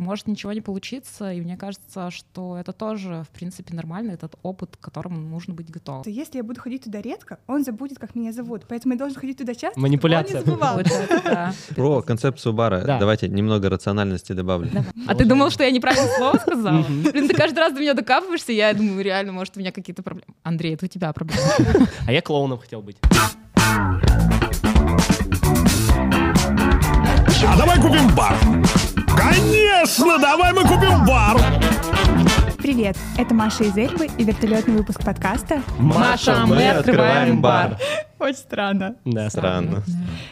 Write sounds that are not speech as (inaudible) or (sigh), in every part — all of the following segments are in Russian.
может ничего не получиться, и мне кажется, что это тоже, в принципе, нормально, этот опыт, к которому нужно быть готовым. То если я буду ходить туда редко, он забудет, как меня зовут, поэтому я должен ходить туда часто, Манипуляция. чтобы он не забывал. Вот это да. Про концепцию бара. Да. Давайте немного рациональности добавлю. Давай. А ты думал, что я неправильное слово сказала? Блин, ты каждый раз до меня докапываешься, я думаю, реально, может, у меня какие-то проблемы. Андрей, это у тебя проблемы. А я клоуном хотел быть. А давай купим бар. Конечно, давай мы купим бар. Привет, это Маша из Эльбы и вертолетный выпуск подкаста. Маша, мы открываем бар. Очень странно. Да, Странно.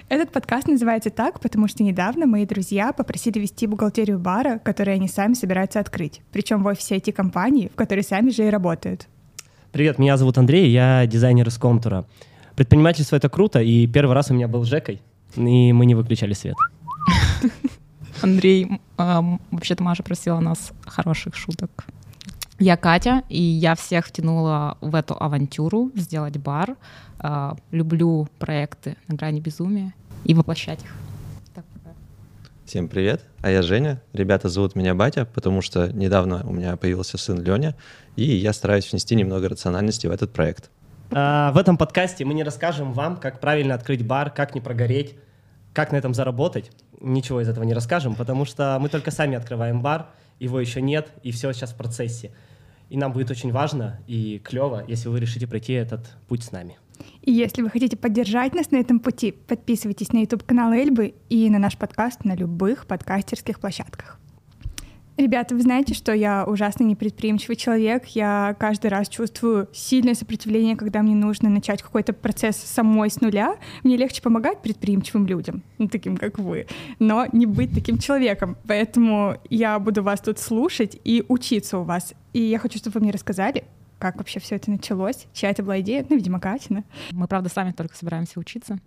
Этот подкаст называется так, потому что недавно мои друзья попросили вести бухгалтерию бара, который они сами собираются открыть. Причем в офисе IT-компании, в которой сами же и работают. Привет, меня зовут Андрей, я дизайнер из Комтура. Предпринимательство — это круто, и первый раз у меня был с Жекой, и мы не выключали свет. Андрей, эм, вообще-то Маша просила нас хороших шуток. Я Катя, и я всех втянула в эту авантюру сделать бар. Э, Люблю проекты на грани безумия и воплощать их. Такое. Всем привет, а я Женя. Ребята зовут меня Батя, потому что недавно у меня появился сын Леня, и я стараюсь внести немного рациональности в этот проект. А, в этом подкасте мы не расскажем вам, как правильно открыть бар, как не прогореть, как на этом заработать. Ничего из этого не расскажем, потому что мы только сами открываем бар, его еще нет, и все сейчас в процессе. И нам будет очень важно и клево, если вы решите пройти этот путь с нами. И если вы хотите поддержать нас на этом пути, подписывайтесь на YouTube-канал Эльбы и на наш подкаст на любых подкастерских площадках. Ребята, вы знаете, что я ужасно непредприимчивый человек. Я каждый раз чувствую сильное сопротивление, когда мне нужно начать какой-то процесс самой с нуля. Мне легче помогать предприимчивым людям, ну, таким как вы, но не быть таким человеком. Поэтому я буду вас тут слушать и учиться у вас. И я хочу, чтобы вы мне рассказали, как вообще все это началось, чья это была идея, ну, видимо, Катина. Мы, правда, сами только собираемся учиться.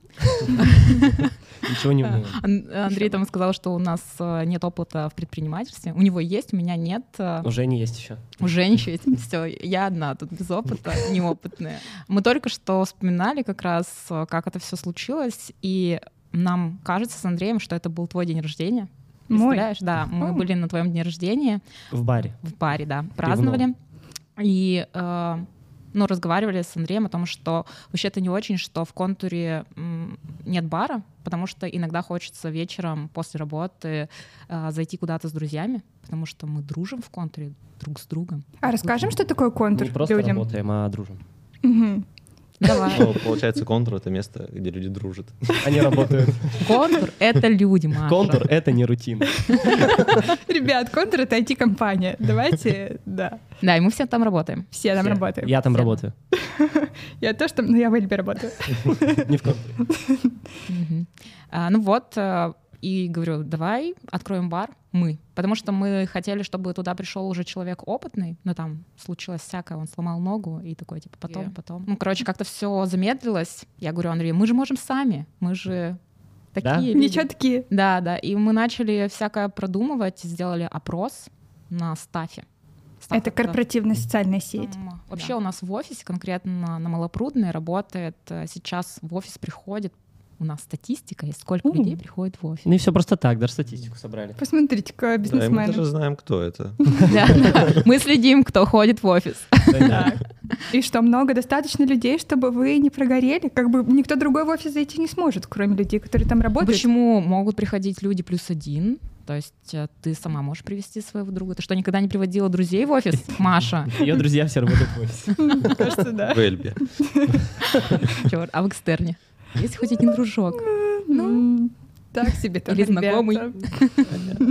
Ничего не умеем. Ан- Андрей там сказал, что у нас э, нет опыта в предпринимательстве. У него есть, у меня нет. э, Уже не есть еще. У женщин есть все. Я одна тут без опыта, неопытная. Мы только что вспоминали как раз, э, как это все случилось, и нам кажется с Андреем, что это был твой день рождения. Мой. Представляешь, да, мы Ой. были на твоем дне рождения В баре. в паре, да, праздновали. И э, ну, разговаривали с Андреем о том, что вообще-то не очень, что в контуре м, нет бара, потому что иногда хочется вечером после работы э, зайти куда-то с друзьями, потому что мы дружим в контуре друг с другом. А расскажем, что такое контур Не просто людям? работаем, а дружим. Мгм. (laughs) Давай. Ну, получается, контур — это место, где люди дружат. (laughs) Они работают. Контур — это люди, Маша. Контур — это не рутина. Ребят, контур — это IT-компания. Давайте, (laughs) да, Да, и мы все там работаем. все там Все. работаем. Я там Все. работаю. Я тоже там, но я в (laughs) Эльбе работаю. (laughs) Не в контуре. Мгм. А, ну вот, э, и говорю, давай откроем бар мы. Потому что мы хотели, чтобы туда пришел уже человек опытный, но там случилось всякое, он сломал ногу и такой, типа, потом, Е. потом. Ну, короче, как-то все замедлилось. Я говорю, Андрей, мы же можем сами, мы же такие. Да? люди». Ничего такие. Да, да. И мы начали всякое продумывать, сделали опрос на стафе. Стаф Это корпоративно-социальная сеть. Там, Вообще у нас в офисе, конкретно на Малопрудной, работает э, сейчас в офис приходит у нас статистика, есть сколько У. людей приходит в офис. (laughs) Ну и все просто так, даже статистику собрали. Посмотрите-ка, Да, и мы бизнесмены. (laughs) даже знаем, кто (laughs) это. Да, да. Мы следим, кто ходит в офис. И что, много достаточно людей, чтобы вы не прогорели? Как бы никто другой в офис зайти не сможет, кроме людей, которые там работают. Почему могут приходить люди плюс один? То есть э, ты сама можешь привести своего друга? Ты что, никогда не приводила друзей в (laughs) офис, Маша? Ее друзья все работают в офисе. Мне (laughs) кажется, да. В Эльбе. Чёрт, а в экстерне? Есть хоть один дружок? Ну, так себе там, Или ребята. знакомый.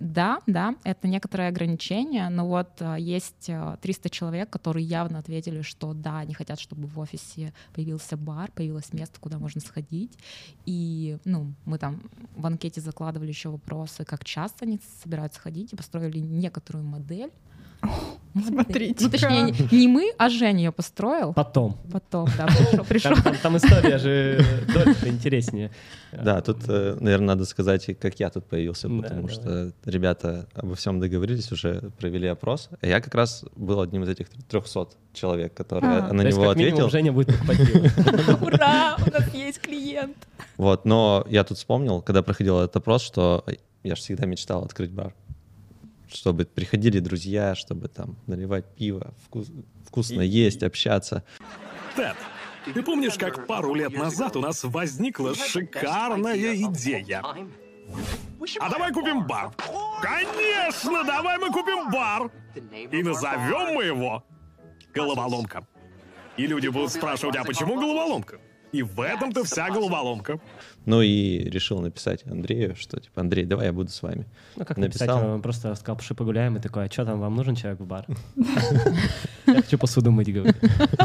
Да, да, это некоторое ограничение, но вот а, есть а, 300 человек, которые явно ответили, что да, они хотят, чтобы в офисе появился бар, появилось место, куда можно сходить. И ну, мы там в анкете закладывали еще вопросы, как часто они собираются ходить, и построили некоторую модель. Модель. (laughs) смотрите-ка. Ну, точнее, не- не мы, а Женя ее построил. Потом. Потом, да, пришел. пришел. Там, там- там история же дольше, интереснее. Да, тут, наверное, надо сказать, и как я тут появился, Да, потому давай. что ребята обо всем договорились, уже провели опрос. А я как раз был одним из этих 300 человек, которые А. на То есть, него как минимум, ответил. Женя будет покупать пиво. (laughs) Ура, у нас есть клиент. Вот, но я тут вспомнил, когда проходил этот опрос, что я же всегда мечтал открыть бар. чтобы приходили друзья, чтобы там наливать пиво, вкус- вкусно есть, общаться. Тед, ты помнишь, как пару лет назад у нас возникла шикарная идея? А давай купим бар. Конечно, давай мы купим бар. И назовем мы его «Головоломка». И люди будут спрашивать, а почему «Головоломка»? И в этом-то вся головоломка. Ну и решил написать Андрею, что типа, Андрей, давай я буду с вами. Ну, как написать? Написал. Он просто сказал, пошли погуляем, и такой, а что там, вам нужен человек в (laughs) бар? Я хочу посуду мыть, говорю.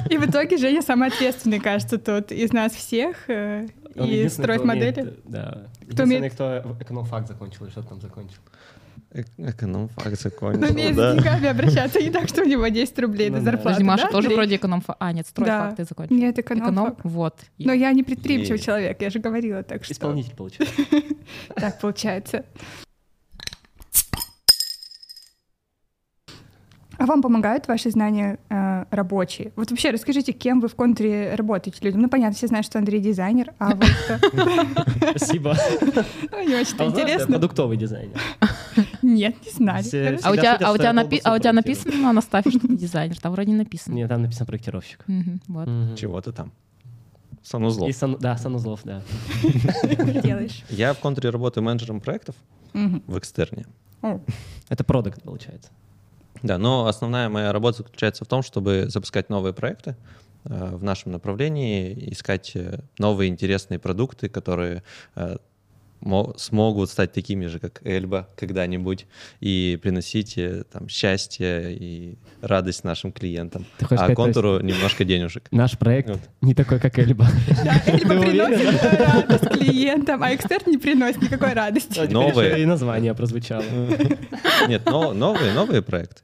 И в итоге Женя самый ответственный, кажется, тут из нас всех. э, Он И единственный, кто строить умеет, модели. э, Да. Кто Единственный, умеет- кто экономфак закончил, или что там закончил. Э- Эконом-факт Но закончил, умеет Ну, с да. деньгами обращаться не так, что у него 10 рублей Ну до да. зарплаты. Подожди, Маша да, тоже Андрей? вроде эконом... А, нет, строй Да. факты закончил. Нет, Ну, эконом. Эконом, вот. И- Но я не предприимчивый И- человек, я же говорила так, что Исполнитель получил. так получается. А вам помогают ваши знания э, рабочие? Вот вообще расскажите, кем вы в контуре работаете людям? Ну, понятно, все знают, что Андрей дизайнер, а (laughs) вы кто? (laughs) Спасибо. Ну, Не очень-то А вы знаете, интересно. Продуктовый дизайнер. Нет, не Все- знали. Хорошо. А у Всегда тебя, шутят, а у что тебя, я колбасу напи- а у тебя проектирую. написано на стафе, что ты дизайнер? Там вроде не написано. Нет, там написано проектировщик. Мгм, вот. Мгм. Чего-то там. Санузлов. И сан- Да, санузлов, да. А Ты делаешь. Я в контуре работаю менеджером проектов Мгм. в экстерне. О, Это продукт, получается. Да, но основная моя работа заключается в том, чтобы запускать новые проекты э, в нашем направлении, искать э, новые интересные продукты, которые э, мо- смогут стать такими же, как Эльба когда-нибудь, и приносить э, там, счастье и радость нашим клиентам. Ты хочешь а сказать, то есть- контуру немножко денежек. Наш проект Вот. не такой, как (laughs) Эльба. Да, Эльба Ты уверена? приносит э, радость клиентам, а экстерн не приносит никакой радости. теперь Новые. еще И название прозвучало. Нет, но- новые, новые проекты.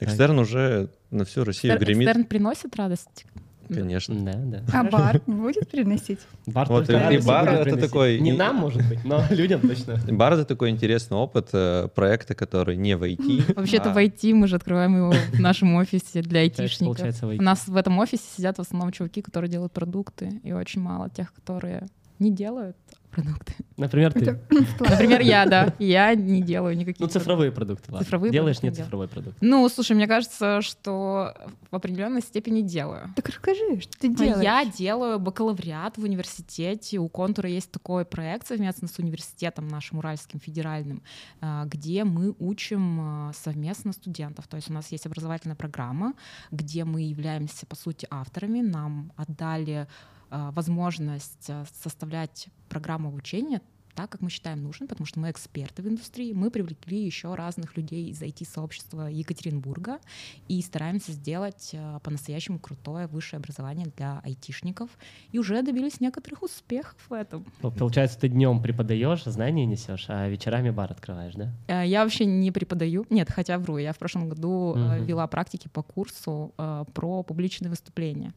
Экстерн уже на всю Россию Экстер- гремит, Экстерн приносит радость? конечно. Да, да. А (laughs) бар будет приносить? Бар Вот только и- и радости бар будет это приносить. такой- Не и- нам, может быть, но (laughs) людям точно. Бар это такой интересный опыт э, проекта, который не в IT. Вообще-то а- в IT мы же открываем его в нашем офисе для айтишников. Получается, в IT. У нас в этом офисе сидят в основном чуваки, которые делают продукты, и очень мало тех, которые не делают (laughs) продукты. Например, (laughs) ты. Например, я, да, я не делаю никаких. Ну, цифровые продукты, ладно. Цифровые Делаешь продукты нет делаю. цифровой продукт. Ну, слушай, мне кажется, что в определенной степени делаю. Так расскажи, что ты А делаешь. Я делаю бакалавриат в университете. У Контура есть такой проект совместно с университетом нашим Уральским федеральным, а, где мы учим а, совместно студентов. То есть у нас есть образовательная программа, где мы являемся, по сути, авторами. Нам отдали а, возможность а, составлять программу обучения так, как мы считаем нужным, потому что мы эксперты в индустрии. Мы привлекли еще разных людей из IT-сообщества Екатеринбурга, и стараемся сделать э, по-настоящему крутое высшее образование для айтишников. И уже добились некоторых успехов в этом. П- Получается, ты днем преподаешь, знания несешь, а вечерами бар открываешь, да? Э, Я вообще не преподаю, нет, хотя вру, я в прошлом году э, Мгм. вела практики по курсу э, про публичные выступления.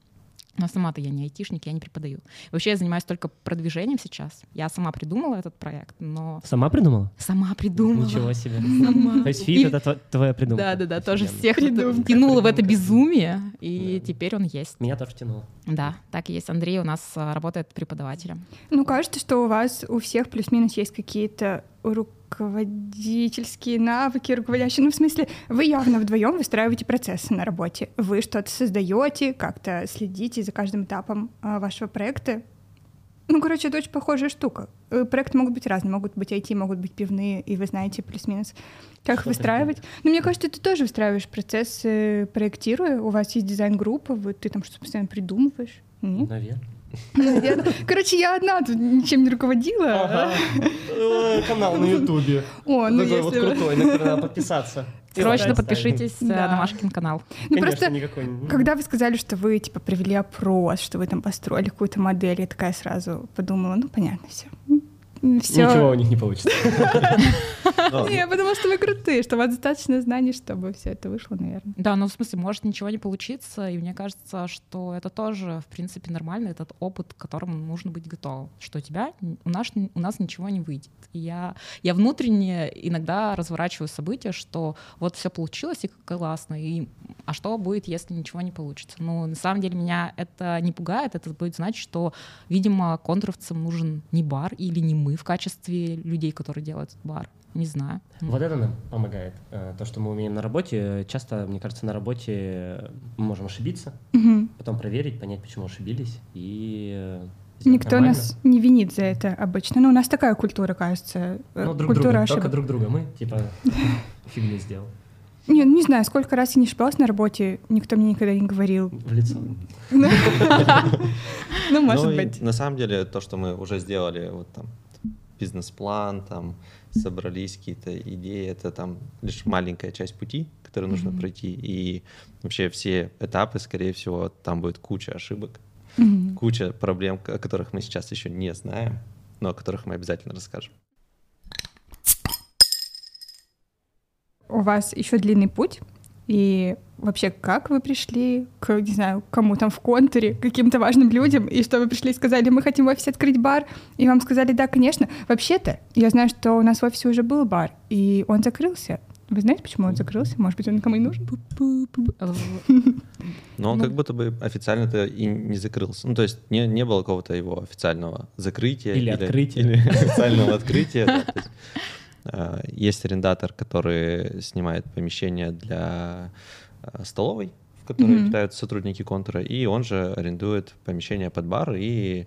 Но сама-то я не айтишник, я не преподаю. Вообще я занимаюсь только продвижением сейчас. Я сама придумала этот проект, но Сама придумала? сама придумала. Ничего себе. Сама. То есть И- фит это тво- твоя придумка. Да, да, да, тоже Офигенно. всех Придумка. тянуло в это Придумка. безумие, и Да. теперь он есть. Меня тоже тянуло. Да, так и есть. Андрей у нас а, работает преподавателем. Ну, кажется, что у вас у всех плюс-минус есть какие-то руководительские навыки, руководящие. Ну, в смысле, вы явно вдвоем выстраиваете процессы на работе. Вы что-то создаете, как-то следите за каждым этапом а, вашего проекта. Ну, короче, это очень похожая штука. Э, Проекты могут быть разные, могут быть IT, могут быть пивные, и вы знаете плюс-минус, как их Что-то выстраивать. Но мне кажется, ты тоже выстраиваешь процесс, э, проектируя. У вас есть дизайн-группа, вы- ты там что-то постоянно придумываешь. Нет? Наверное. Наверное. Короче, я одна тут ничем не руководила. а? Э, Канал на Ютубе. О, (laughs) ну если... вы- на который надо подписаться. Типа, Срочно подпишитесь э, Да. на Машкин канал. Ну просто, когда вы сказали, что вы, типа, провели опрос, что вы там построили какую-то модель, я такая сразу подумала, ну, понятно, все. Все. Ничего у них не получится. Но- Не, потому что вы крутые, что у вас достаточно знаний, чтобы все это вышло, наверное. Да, ну в смысле, может ничего не получиться, и мне кажется, что это тоже, в принципе, нормально, этот опыт, к которому нужно быть готовым, что у тебя, н- у нас, у нас ничего не выйдет. И я, я внутренне иногда разворачиваю события, что вот все получилось, и как классно, и а что будет, если ничего не получится? Ну, на самом деле, меня это не пугает, это будет значить, что, видимо, контровцам нужен не бар или не мы в качестве людей, которые делают этот бар, Не знаю. (laughs) Вот это нам помогает. Э, То, что мы умеем на работе. Часто, мне кажется, на работе мы можем ошибиться, Мгм. потом проверить, понять, почему ошибились, и э, сделать Никто нормально. нас не винит за это обычно. Ну, у нас такая культура, кажется. э, Ну, друг культура друга, ошибок. только друг друга. Мы, (laughs) типа, фигню сделал Не, ну, не знаю, сколько раз я не ошибалась на работе, никто мне никогда (laughs) не говорил. в лицо. Ну, (laughs) может Ну и быть. На самом деле, то, что мы уже сделали, вот там бизнес-план, там собрались какие-то идеи, это там лишь маленькая часть пути, который нужно пройти, и вообще все этапы, скорее всего, там будет куча ошибок, Мгм. куча проблем, к- о которых мы сейчас еще не знаем, но о которых мы обязательно расскажем. У вас еще длинный путь. И вообще, как вы пришли к, не знаю, кому там в контуре, каким-то важным людям, и что вы пришли и сказали, мы хотим в офисе открыть бар, и вам сказали, да, конечно. Вообще-то, я знаю, что у нас в офисе уже был бар, и он закрылся. Вы знаете, почему он закрылся? Может быть, он никому не нужен? Пу-пу-пу. Э, Но он Ну. как будто бы официально-то и не закрылся. Ну, то есть не, не было какого-то его официального закрытия. Или открытия. Или официального открытия. да. То есть, э, Есть арендатор, который снимает помещение для э, столовой, в которой Мгм. питаются сотрудники контура, и он же арендует помещение под бар и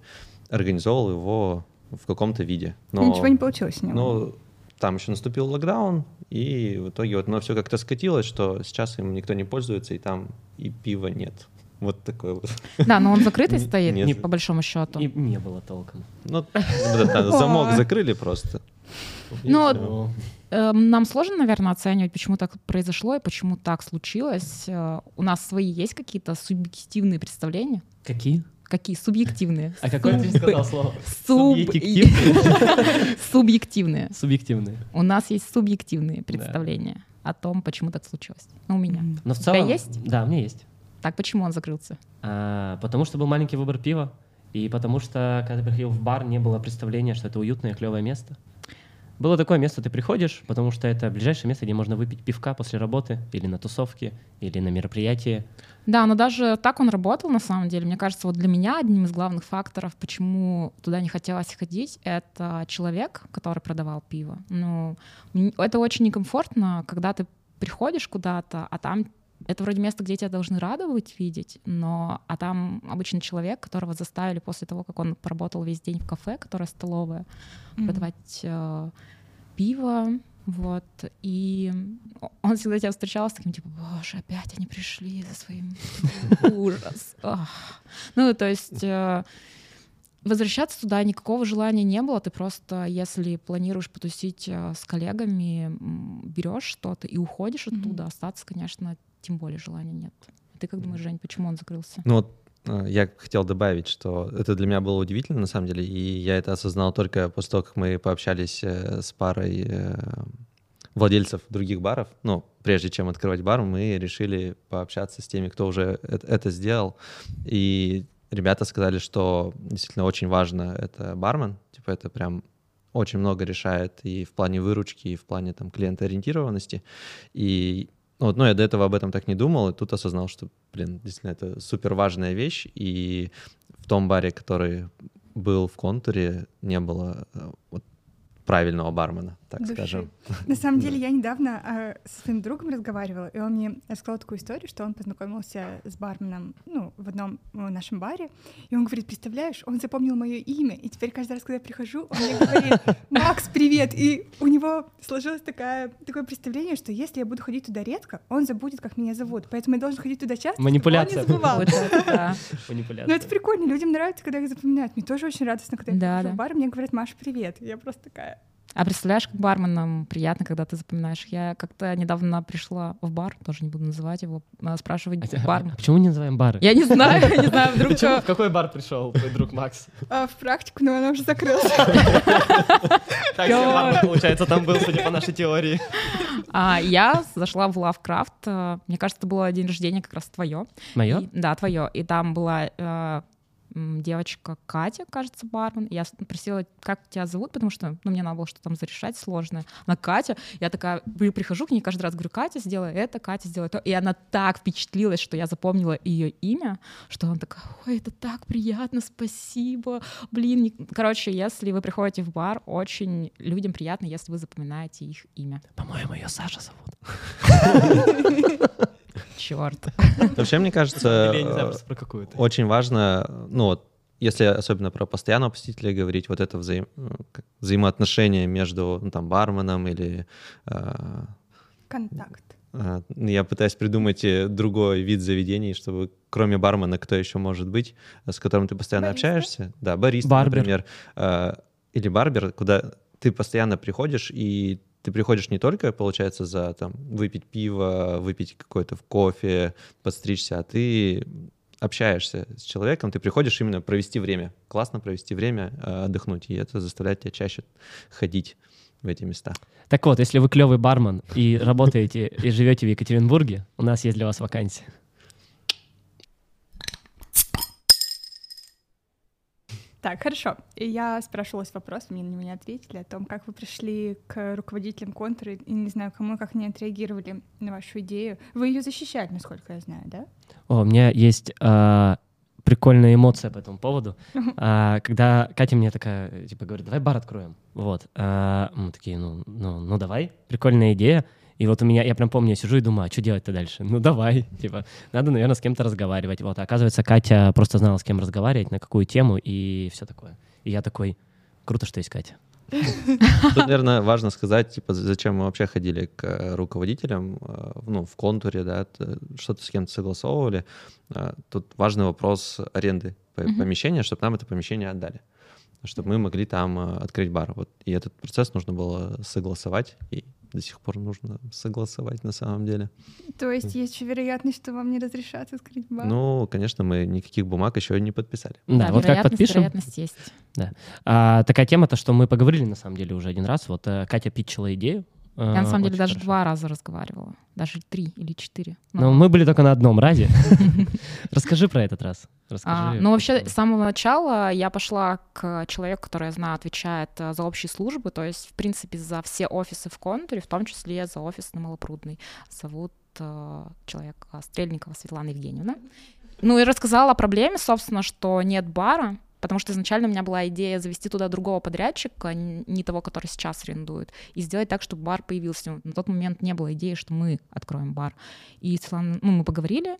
организовал его в каком-то виде. Но- Ничего не получилось с него. ну, там еще наступил локдаун, и в итоге вот оно все как-то скатилось, что сейчас им никто не пользуется, и там и пива нет. Вот такой вот. Да, но он закрытый Не- стоит, нет. по большому счету. И не было толком. Ну, вот это, замок закрыли просто. Ну, И всё. Ну, Эм, Нам сложно, наверное, оценивать, почему так произошло и почему так случилось. Э, У нас свои есть какие-то субъективные представления? Какие? Какие субъективные? А какое ты Суб- сказал слово? суб- (laughs) Субъективные. Субъективные. У нас есть субъективные представления о том, почему так случилось. Ну, у меня. Но в У тебя целом... есть? Да, у меня есть. Так, почему он закрылся? А, Потому что был маленький выбор пива, и потому что, когда ты приходил в бар, не было представления, что это уютное, клевое место. Было такое место, ты приходишь, потому что это ближайшее место, где можно выпить пивка после работы, или на тусовке, или на мероприятии. Да, но даже так он работал, на самом деле. Мне кажется, вот для меня одним из главных факторов, почему туда не хотелось ходить, это человек, который продавал пиво. Ну, м, это очень некомфортно, когда ты приходишь куда-то, а там это вроде место, где тебя должны рады быть видеть, но а там обычно человек, которого заставили после того, как он поработал весь день в кафе, которое столовое, Мгм. продавать э, пиво, вот, и он всегда тебя встречал с таким, типа, боже, опять они пришли за (laughs) своим ужас. Ах». Ну, то есть э, возвращаться туда никакого желания не было, ты просто, если планируешь потусить э, с коллегами, м, берешь что-то и уходишь Мгм. оттуда, остаться, конечно, тем более желания нет. Ты как думаешь, Жень, почему он закрылся? Ну вот э, я хотел добавить, что это для меня было удивительно, на самом деле, и я это осознал только после того, как мы пообщались э, с парой э, владельцев других баров. Ну, прежде чем открывать бар, мы решили пообщаться с теми, кто уже эт- это сделал. И ребята сказали, что действительно очень важно это бармен, типа это прям очень много решает и в плане выручки, и в плане там клиентоориентированности. И ну вот, но я до этого об этом так не думал, и тут осознал, что, блин, действительно, это супер важная вещь, и в том баре, который был в контуре, не было э, вот, правильного бармена, так Души. (laughs) скажем. На (laughs) самом деле, я недавно э, со своим другом разговаривала, и он мне рассказал такую историю, что он познакомился с барменом ну, в одном э, нашем баре, и он говорит, представляешь, он запомнил мое имя, и теперь каждый раз, когда я прихожу, он мне (laughs) говорит, Макс, привет, и у него сложилось такая, такое представление, что если я буду ходить туда редко, он забудет, как меня зовут, поэтому я должен ходить туда часто, чтобы он не Манипуляция. забывал. Вот это да. Манипуляция. Но это прикольно, людям нравится, когда их запоминают. Мне тоже очень радостно, когда я Да, прихожу да. в бар, и мне говорят, Маша, привет. Я просто такая, А представляешь, как барменам приятно, когда ты запоминаешь. Я как-то недавно пришла в бар, тоже не буду называть его, а, спрашивать (laughs) бармен. Почему не называем бары? Я не знаю, (laughs) не знаю, вдруг Почему? что. В какой бар пришел твой друг Макс? «А, в практику, но она уже закрылась. Так, Я- Бар, получается, там был, судя по нашей теории. А, я зашла в а, Лавкрафт. э, Мне кажется, это было день рождения как раз твое. Мое? И- да, твое. И там была э, м, девочка Катя, кажется, бармен. Я с- просила, как тебя зовут, потому что ну, мне надо было что-то там зарешать сложное. Она Катя. Я такая при- прихожу к ней каждый раз, говорю, Катя, сделай это, Катя, сделай то. И она так впечатлилась, что я запомнила ее имя, что она такая, ой, это так приятно, спасибо. Блин, не- короче, если вы приходите в бар, очень людям приятно, если вы запоминаете их имя. По-моему, ее Саша зовут. Черт. Вообще, мне кажется, Или я не знаю э, просто про какую-то. очень важно, ну вот, если особенно про постоянного посетителя говорить, вот это взаим- ну, как взаимоотношение между ну, там, барменом или... э, Контакт. э, я пытаюсь придумать э, другой вид заведений, чтобы кроме бармена кто еще может быть, э, с которым ты постоянно Бариста? общаешься. Да, бариста, Барбер. например. э, Или барбер, куда ты постоянно приходишь, и ты приходишь не только, получается, за там выпить пиво, выпить какой-то кофе, подстричься, а ты общаешься с человеком, ты приходишь именно провести время, классно провести время, э, отдохнуть, и это заставляет тебя чаще ходить в эти места. Так вот, если вы клевый бармен и работаете и живете в Екатеринбурге, у нас есть для вас вакансия. Так, хорошо. И Я спрашивалась вопрос, мне на меня ответили о том, как вы пришли к руководителям контура и не знаю кому, как они отреагировали на вашу идею. Вы ее защищали, насколько я знаю, да? О, у меня есть а, прикольная эмоция по (laughs) этому поводу. А, когда Катя мне такая, э, типа, говорит, давай бар откроем. Вот. А, мы такие, ну, ну, ну давай, прикольная идея. И вот у меня, я прям помню, я сижу и думаю, а что делать-то дальше? Ну давай, (laughs) типа, надо, наверное, с кем-то разговаривать. Вот, а оказывается, Катя просто знала, с кем разговаривать, на какую тему и все такое. И я такой, круто, что есть Катя. Тут, наверное, важно сказать, типа, за- зачем мы вообще ходили к э, руководителям, э, ну, в контуре, да, т- что-то с кем-то согласовывали. Э, Тут важный вопрос аренды п- Мгм. помещения, чтобы нам это помещение отдали, чтобы мы могли там э, открыть бар. Вот. И этот процесс нужно было согласовать, и до сих пор нужно согласовать на самом деле. То есть есть еще вероятность, что вам не разрешат открыть бар? Ну, конечно, мы никаких бумаг еще не подписали. Да, вот как вероятность, подпишем, вероятность есть. А, такая тема, то что мы поговорили на самом деле уже один раз. Вот э, Катя питчила идею. Э, Я А, на самом деле даже два раза разговаривала. Даже три или четыре. Ну, Но мы были только на (laughs) одном разе. (laughs) Расскажи про этот раз. А, Расскажи. ну, вообще, с самого начала я пошла к человеку, который, я знаю, отвечает э, за общие службы, то есть, в принципе, за все офисы в контуре, в том числе за офис на Малопрудной. Зовут э, человека Стрельникова Светлана Евгеньевна. Ну, и рассказала о проблеме, собственно, что нет бара, потому что изначально у меня была идея завести туда другого подрядчика, н- не того, который сейчас арендует, и сделать так, чтобы бар появился. На тот момент не было идеи, что мы откроем бар. И Светлана, ну, мы поговорили,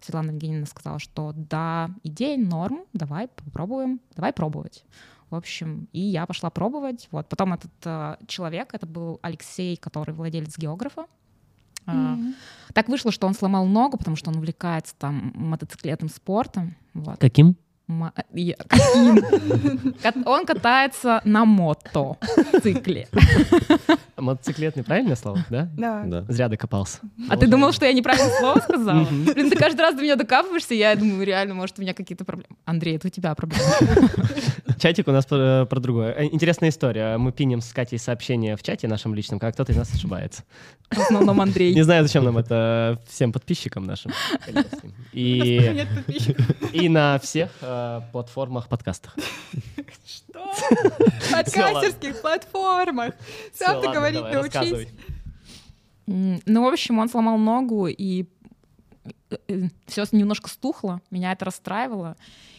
Светлана Евгеньевна сказала, что да, идея норм, давай попробуем, давай пробовать. В общем, и я пошла пробовать. Вот. Потом этот э, человек, это был Алексей, который владелец географа. Э, М. Так вышло, что он сломал ногу, потому что он увлекается там мотоциклетным спортом. Вот. Каким? Ма- я- каким? (laughs) Кат- Он катается на мотоцикле. Мотоциклетный, правильное слово, да? Да. Да. Зря докопался. А ты Положение. думал, что я неправильное слово сказала? Мгм. Блин, ты каждый раз до меня докапываешься, и я думаю, реально, может, у меня какие-то проблемы. Андрей, это у тебя проблемы. (laughs) Чатик у нас про, про другое. Э, Интересная история. Мы пинем с Катей сообщения в чате нашем личном, как кто-то из нас ошибается. В основном Не Андрей. (laughs) знаю, зачем нам это всем подписчикам нашим. коллегам. И, Нет подписчиков. и на всех э, платформах подкастах. Что? Подкастерских платформах. Всё, Сам ты ладно, говорить давай, научись. рассказывай. М, Ну, в общем, он сломал ногу, и все немножко стухло. Меня это расстраивало.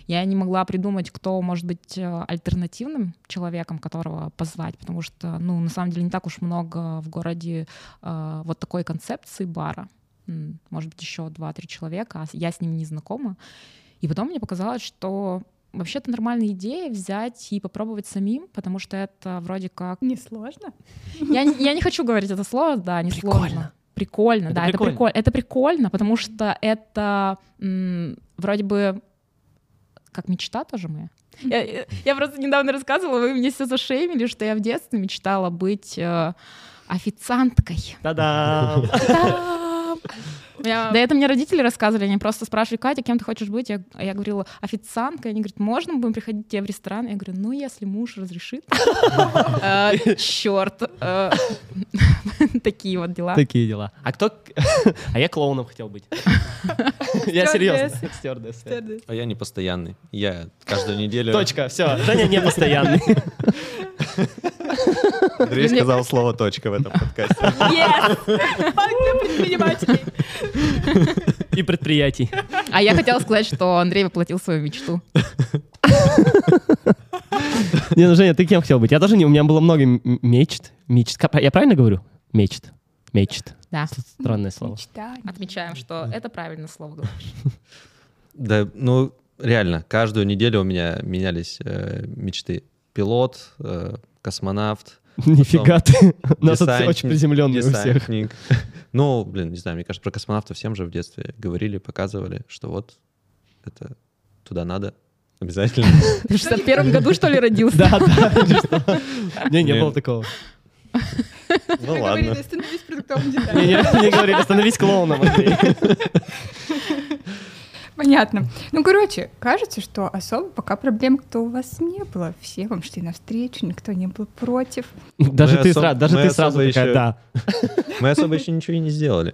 Я не могла придумать, кто может быть э, альтернативным человеком, которого позвать, потому что, ну, на самом деле, не так уж много в городе э, вот такой концепции бара. М, Может быть, еще два-три человека, а с- я с ними не знакома. И потом мне показалось, что вообще-то нормальная идея взять и попробовать самим, потому что это вроде как Не (laughs) сложно? я, не- я не хочу говорить это слово, да, не Прикольно. сложно. Прикольно, Это да, прикольно. это прикольно. Это прикольно, потому что это м, вроде бы как мечта тоже моя. Я, я- я просто недавно рассказывала, вы мне все зашеймили, что я в детстве мечтала быть э, официанткой. Та-дам! Та-дам! Да это мне родители рассказывали, они просто спрашивали, Катя, кем ты хочешь быть? Я, я говорила, официанткой. Они говорят, можно мы будем приходить к тебе в ресторан? Я говорю, ну, если муж разрешит. Черт. (laughs) Такие вот дела. (laughs) Такие дела. А кто... (laughs) А я клоуном хотел быть. Я серьезно. Стюардесса. А я не постоянный. Я каждую неделю... Точка, все. Женя не постоянный. Андрей сказал слово «точка» в этом подкасте. Yes! Пак для предпринимателей. И предприятий. А я хотела сказать, что Андрей воплотил свою мечту. Не, ну, Женя, ты кем хотел быть? Я тоже не... У меня было много м- мечт. Мечт. Как- Я правильно говорю? Мечт. Мечт. Да. С- Странное слово. Мечтание. Отмечаем, что это правильное слово. говоришь. Да, ну, реально, каждую неделю у меня менялись э, мечты. Пилот, э, космонавт, (laughs) Нифига ты. У нас это десантник, очень приземленные у всех. десантник. (laughs) Ну, блин, не знаю, мне кажется, про космонавта всем же в детстве говорили, показывали, что вот это туда надо обязательно. Ты в 61 году, что ли, родился? (laughs) Да, да. Не, не Блин. было такого. Ну ладно. Говорили, становись продуктовым дизайнером. Не, не, не говорили, становись клоуном, Андрей. Понятно. Ну, короче, кажется, что особо пока проблем-то у вас не было. Все вам шли навстречу, никто не был против. Даже Мы ты особ- сразу, даже мы ты особо сразу такая, еще- да. Мы особо еще ничего и не сделали.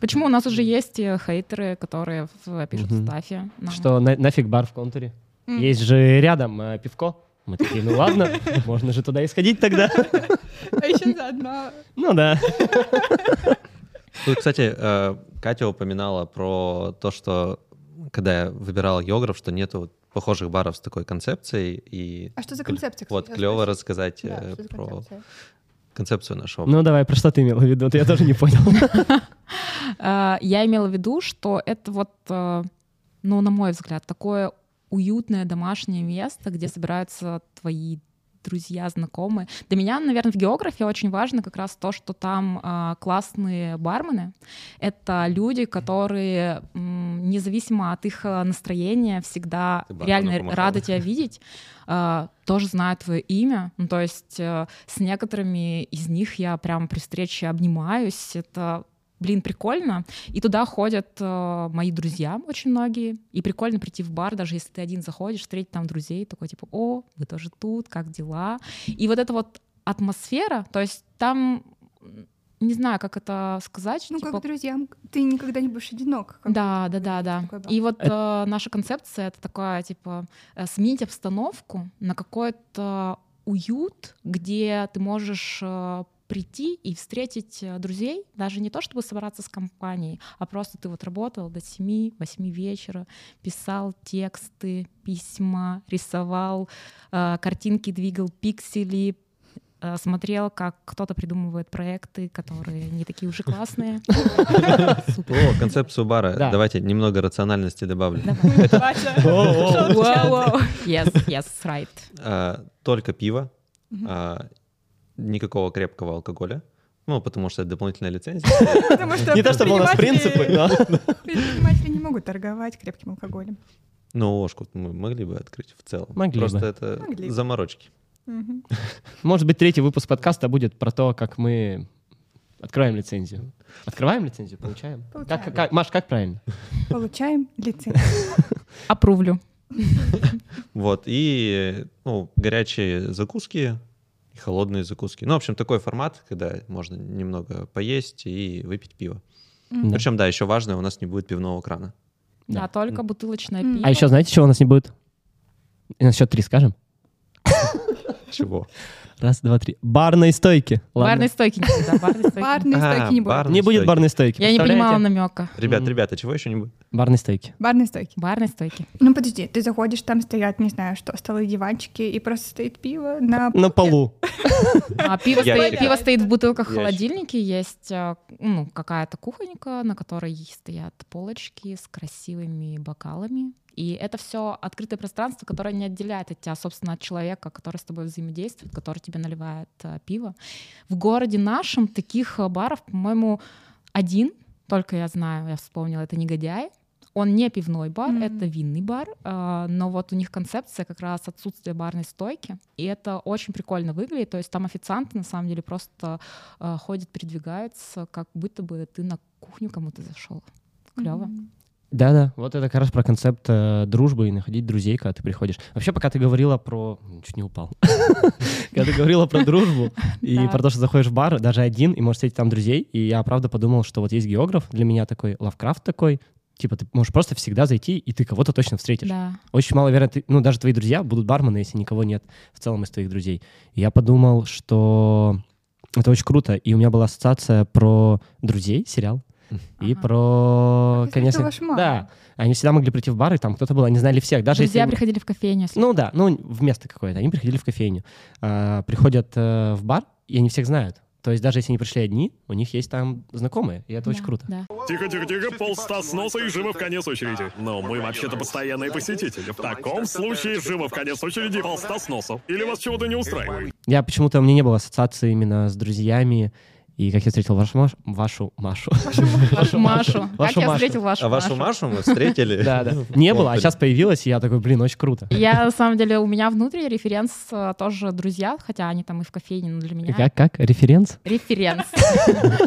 Почему у нас уже есть э, хейтеры, которые в- пишут в Мгм. стафе? нам? Что на- нафиг бар в контуре? М. Есть же рядом э, пивко. Мы такие, ну ладно, можно же туда и сходить тогда. (laughs) А еще заодно... Ну да. Тут, кстати, э, Катя упоминала про то, что когда я выбирал географ, что нету вот похожих баров с такой концепцией. И А что за кл- концепция, Вот, кстати, клево расскажи? рассказать Да, э, что за про концепция? концепцию нашего Ну давай, про что ты имела в виду? Вот Я тоже не понял. Э, Я имела в виду, что это вот, э, ну, на мой взгляд, такое уютное домашнее место, где собираются твои друзья, знакомые. Для меня, наверное, в географии очень важно как раз то, что там а, классные бармены. Это люди, которые м, независимо от их а, настроения всегда Ты бармену реально помахала. рады тебя видеть, а, тоже знают твое имя. Ну, то есть э, с некоторыми из них я прям при встрече обнимаюсь. Это блин, прикольно. И туда ходят э, мои друзья очень многие. И прикольно прийти в бар, даже если ты один заходишь, встретить там друзей, такой типа, о, вы тоже тут, как дела? И вот эта вот атмосфера, то есть там, м, не знаю, как это сказать, Ну, типа- как друзьям, ты никогда не будешь одинок. как да, да, да, да. такой бар. И вот э, наша концепция это такая, типа, э, сменить обстановку на какой-то уют, где ты можешь э, прийти и встретить э, друзей, даже не то, чтобы собраться с компанией, а просто ты вот работал до 7-8 вечера, писал тексты, письма, рисовал, э, картинки двигал, пиксели, э, смотрел, как кто-то придумывает проекты, которые не такие уж и классные. Супер. О, концепцию бара. Да. Давайте немного рациональности добавлю. Давай. (laughs) О, о. Вау, Yes, yes, right. А, только пиво, Мгм. а, никакого крепкого алкоголя. Ну, потому что это дополнительная лицензия. (laughs) Потому что Не то, чтобы у нас принципы, предприниматели- но... (laughs) Предприниматели не могут торговать крепким алкоголем. Но ложку мы могли бы открыть в целом. Могли Просто бы. это Могли бы. заморочки. Мгм. Может быть, третий выпуск подкаста будет про то, как мы открываем лицензию. Открываем лицензию? Получаем? Как- Получаем. как- Маш, как правильно? Получаем лицензию. Опрувлю. Вот, и ну, горячие закуски, и холодные закуски. Ну, в общем, такой формат, когда можно немного поесть и выпить пиво. Да. Причем, да, еще важно, у нас не будет пивного крана. Да, Да. только бутылочное М. пиво. А еще знаете, чего у нас не будет? И на счет три скажем? Чего? Раз, два, три. Барной стойки. Ладно. Барной стойки не будет, да, барной стойки. Барные А, стойки не будет. барные Не будет стойки. барной стойки. Я не представляете? понимала намека. Ребят, Мгм. ребята, чего еще не будет? Барной стойки. Барные стойки. Барной стойки. Ну подожди, ты заходишь, там стоят, не знаю, что, столы, диванчики, и просто стоит пиво на... На полу. А пиво, Ящик. стоит, пиво стоит в бутылках в Ящик. холодильнике, есть э, ну, какая-то кухонька, на которой стоят полочки с красивыми бокалами. И это все открытое пространство, которое не отделяет от тебя, собственно, от человека, который с тобой взаимодействует, который тебе наливает э, пиво. В городе нашем таких э, баров, по-моему, один, только я знаю, я вспомнила, это негодяй. Он не пивной бар, Мгм. это винный бар, а, но вот у них концепция как раз отсутствие барной стойки, и это очень прикольно выглядит, то есть там официанты на самом деле просто а, ходят, передвигаются, как будто бы ты на кухню кому-то зашел. Клево. Да-да, вот это как раз про концепт э, дружбы и находить друзей, когда ты приходишь. Вообще, пока ты говорила про... М, Чуть не упал. (laughs) Когда ты говорила про дружбу и Да. про то, что заходишь в бар, даже один, и можешь встретить там друзей, и я правда подумал, что вот есть географ, для меня такой, Лавкрафт такой, типа ты можешь просто всегда зайти, и ты кого-то точно встретишь. Да. Очень мало вероятно, ну, даже твои друзья будут бармены, если никого нет в целом из твоих друзей. И Я подумал, что это очень круто. И у меня была ассоциация про друзей, сериал. Ага. И А, про, Как я конечно, встретила вашу маму. да, они всегда могли прийти в бар, и там кто-то был, они знали всех, даже Друзья если... приходили в кофейню. если- Ну да, ну в место какое-то, они приходили в кофейню, А, приходят э, в бар, и они всех знают. То есть даже если они пришли одни, у них есть там знакомые, и это очень Да, круто. Да. Тихо-тихо-тихо, полста сноса и живо в конец очереди. Но мы вообще-то постоянные посетители. В таком случае живо в конец очереди и полста сноса. Или вас чего-то не устраивает? Я почему-то, у меня не было ассоциации именно с друзьями, и как я встретил вашу, Маш- вашу Машу. Вашу Машу. Как (laughs) Вашу я Машу. встретил вашу А вашу Машу? Машу мы (laughs) встретили? Да, да. Не было, а сейчас появилась, и я такой, блин, очень круто. Я, на самом деле, у меня внутри референс э, тоже друзья, хотя они там и в кофейне, но для меня... Как, как? Референс? (laughs) Референс.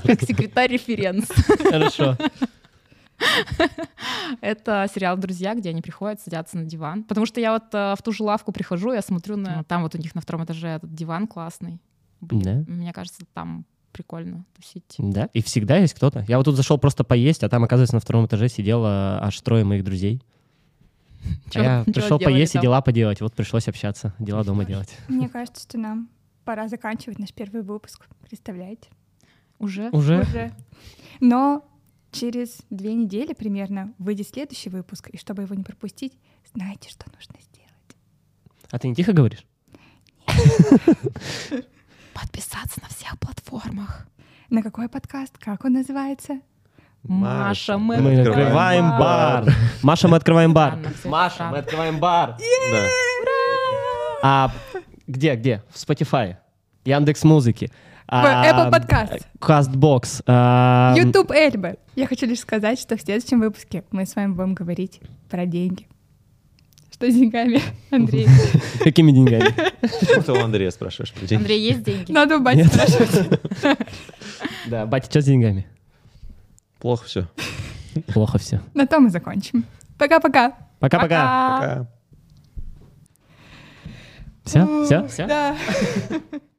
Как секретарь референс. Хорошо. Это сериал «Друзья», где они приходят, садятся на диван. Потому что я вот э, в ту же лавку прихожу, я смотрю на... Там вот у них на втором этаже этот диван классный. Да. Мне кажется, там прикольно тусить. Да, и всегда есть кто-то. Я вот тут зашел просто поесть, а там, оказывается, на втором этаже сидело аж трое моих друзей. А Чё- я чё пришел делали поесть и там? дела поделать. Вот пришлось общаться, дела дома делать. Мне кажется, что нам пора заканчивать наш первый выпуск. Представляете? Уже? Уже? Но через две недели примерно выйдет следующий выпуск, и чтобы его не пропустить, знаете, что нужно сделать. А ты не тихо говоришь? Подписаться на всех платформах. На какой подкаст? Как он называется? Маша, мы Мы открываем открываем бар. Маша, мы открываем бар. Странно, всё Маша, странно. мы открываем бар. Да. А где, где? В Spotify, Яндекс Музыки. А, Apple Podcast. Castbox. а, YouTube Эльбы. эм, Я хочу лишь сказать, что в следующем выпуске мы с вами будем говорить про деньги. Что с деньгами, (laughs) Андрей? Какими деньгами? Почему ты у Андрея спрашиваешь? про деньги? Андрей, есть деньги? Надо у бати спрашивать. Да, батя, что с деньгами? Плохо все. Плохо все. На том и закончим. Пока-пока. Пока-пока. Пока. Пока. Все? Все? Все? Да.